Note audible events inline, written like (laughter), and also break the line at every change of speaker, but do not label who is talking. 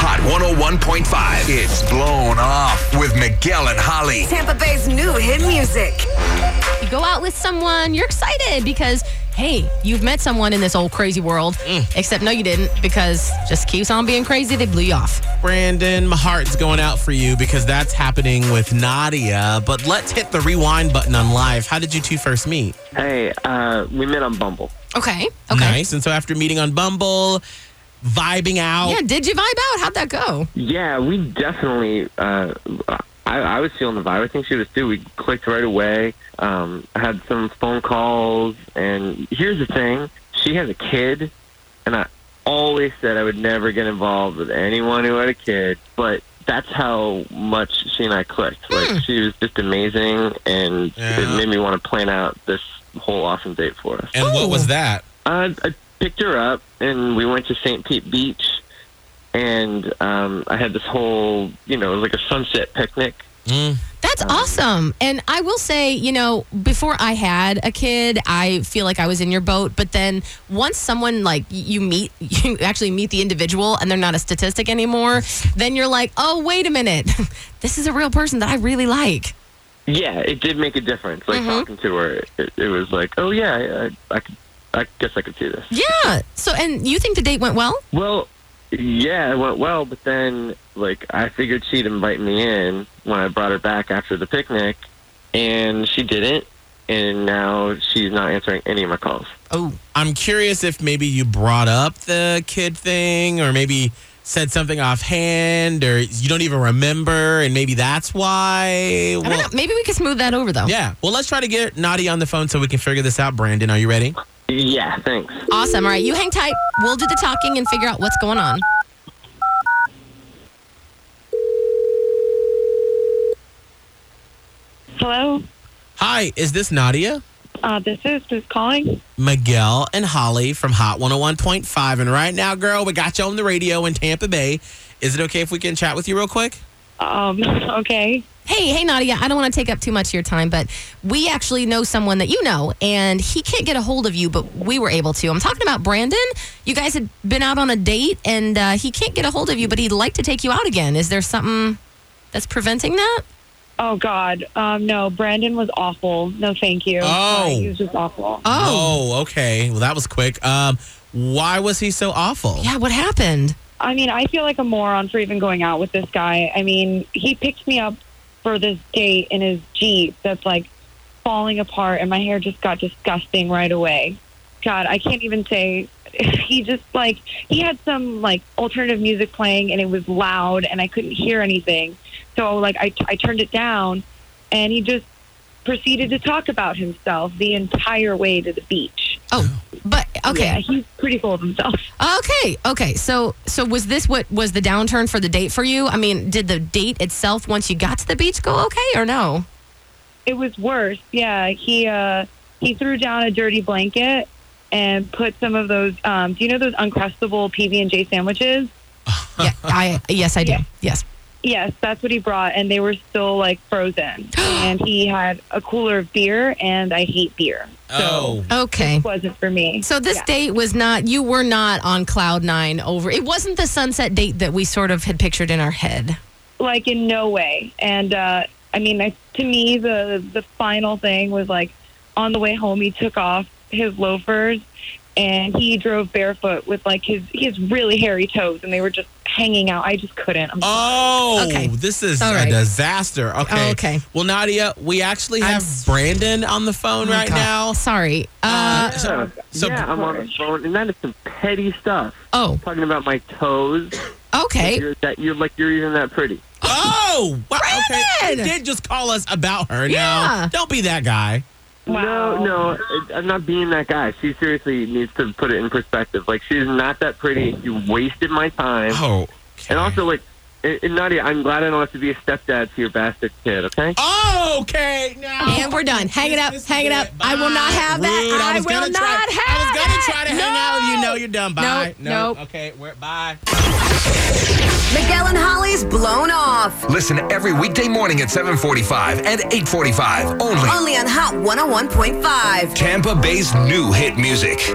Hot 101.5. It's blown off with Miguel and Holly.
Tampa Bay's new hit music.
You go out with someone, you're excited because, hey, you've met someone in this old crazy world. Except, no, you didn't because just keeps on being crazy. They blew you off.
Brandon, my heart's going out for you because that's happening with Nadia. But let's hit the rewind button on live. How did you two first meet?
Hey, uh, we met on Bumble.
Okay. Okay.
Nice. And so after meeting on Bumble, vibing out.
Yeah, did you vibe out? How'd that go?
Yeah, we definitely. Uh, I, I was feeling the vibe. I think she was too. We clicked right away. Um, had some phone calls, and here's the thing: she has a kid, and I always said I would never get involved with anyone who had a kid. But that's how much she and I clicked. Like she was just amazing, and
Yeah.
it made me want to plan out this whole awesome date for us.
And what was that?
Uh, I picked her up, and we went to St. Pete Beach, and um, I had this whole, you know, it was like a sunset picnic.
That's awesome. And I will say, you know, before I had a kid, I feel like I was in your boat. But then once someone like y- you meet, (laughs) you actually meet the individual and they're not a statistic anymore, then you're like, oh, wait a minute. (laughs) this is a real person that I really like.
Yeah, it did make a difference. Like talking to her, it, it was like, oh yeah, I, I, could, I guess I could see this.
Yeah. So, and you think the date went well?
Well, yeah, it went well, but then like I figured she'd invite me in when I brought her back after the picnic, and she didn't, and now she's not answering any of my calls.
Oh,
I'm curious if maybe you brought up the kid thing or maybe said something offhand or you don't even remember and maybe that's why.
I don't know. Maybe we could smooth that over though.
yeah. Well, let's try to get Nadia on the phone so we can figure this out. Brandon, are you ready?
Yeah, thanks.
Awesome. All right. You hang tight. We'll do the talking and figure out what's going on.
Hello,
Hi, is this Nadia?
uh, this is who's calling.
Miguel and Holly from Hot 101.5. And right now, girl, we got you on the radio in Tampa Bay. Is it okay if we can chat with you real quick?
Um, (laughs) okay.
Hey, hey, Nadia, I don't want to take up too much of your time, but we actually know someone that you know, and he can't get a hold of you, but we were able to. I'm talking about Brandon. You guys had been out on a date, and uh, he can't get a hold of you, but he'd like to take you out again. Is there something that's preventing that?
Oh God, um, no. Brandon was awful. No, thank you.
Oh.
Uh, he was just awful.
Oh, okay. Well, that was quick. Um, why was he so awful?
Yeah, what happened?
I mean, I feel like a moron for even going out with this guy. I mean, he picked me up for this date in his Jeep that's like falling apart, and my hair just got disgusting right away. God, I can't even say. (laughs) He just like, he had some like alternative music playing, and it was loud, and I couldn't hear anything. So, like, I, I turned it down, and he just proceeded to talk about himself the entire way to the beach.
Oh, but
Yeah,
okay.
he's pretty full of himself.
Okay, okay. So, so was this what was the downturn for the date for you? I mean, did the date itself, once you got to the beach, go okay or
(laughs)
no?
it was worse. Yeah, he uh, he threw down a dirty blanket and put some of those. Um, do you know those uncrustable PB and J sandwiches?
Yeah, I yes, I do.
Yeah.
Yes.
Yes, that's what he brought, and they were still like frozen. and he had a cooler of beer, and I hate beer.
Oh.
Okay.
It wasn't for me.
So this
Yeah.
date was not you were not on cloud 9 over. It wasn't the sunset date that we sort of had pictured in our head.
like in no way. And uh, I mean, I, to me, the the final thing was like on the way home, he took off his loafers and he drove barefoot with like his his really hairy toes, and they were just hanging out. I just couldn't. I'm
Oh,
Okay.
this is
All
a
right.
disaster. Okay.
Oh, okay.
Well, Nadia, we actually
I'm
have
s-
Brandon on the phone
Oh,
right
God.
now.
Sorry. Uh,
Yeah,
so-
yeah, I'm on the phone, and that is some petty stuff.
oh,
Talking about my toes.
okay.
You're that you're like you're even that pretty.
Oh, wow, okay. You
Brandon!
did just call us about her now.
Yeah.
Don't be that guy.
Wow.
No, no, I- I'm not being that guy. She seriously needs to put it in perspective. Like she's not that pretty. You wasted my time.
Oh, Okay.
And also, like, and, and Nadia, I'm glad I don't have to be a stepdad to your bastard kid. Okay.
Oh, okay. Now.
And we're done. Hang it up.
This is
Hang it up. I will not have that.
Rude.
I
was
will
gonna try,
not have
I was going to try to
it.
hang out with you.
No.
No, you're done. Bye.
Nope, nope.
Okay, we're, bye.
Miguel and Holly's Blown Off.
Listen every weekday morning at 745 and 845 only.
Only on Hot 101.5.
Tampa Bay's new hit music.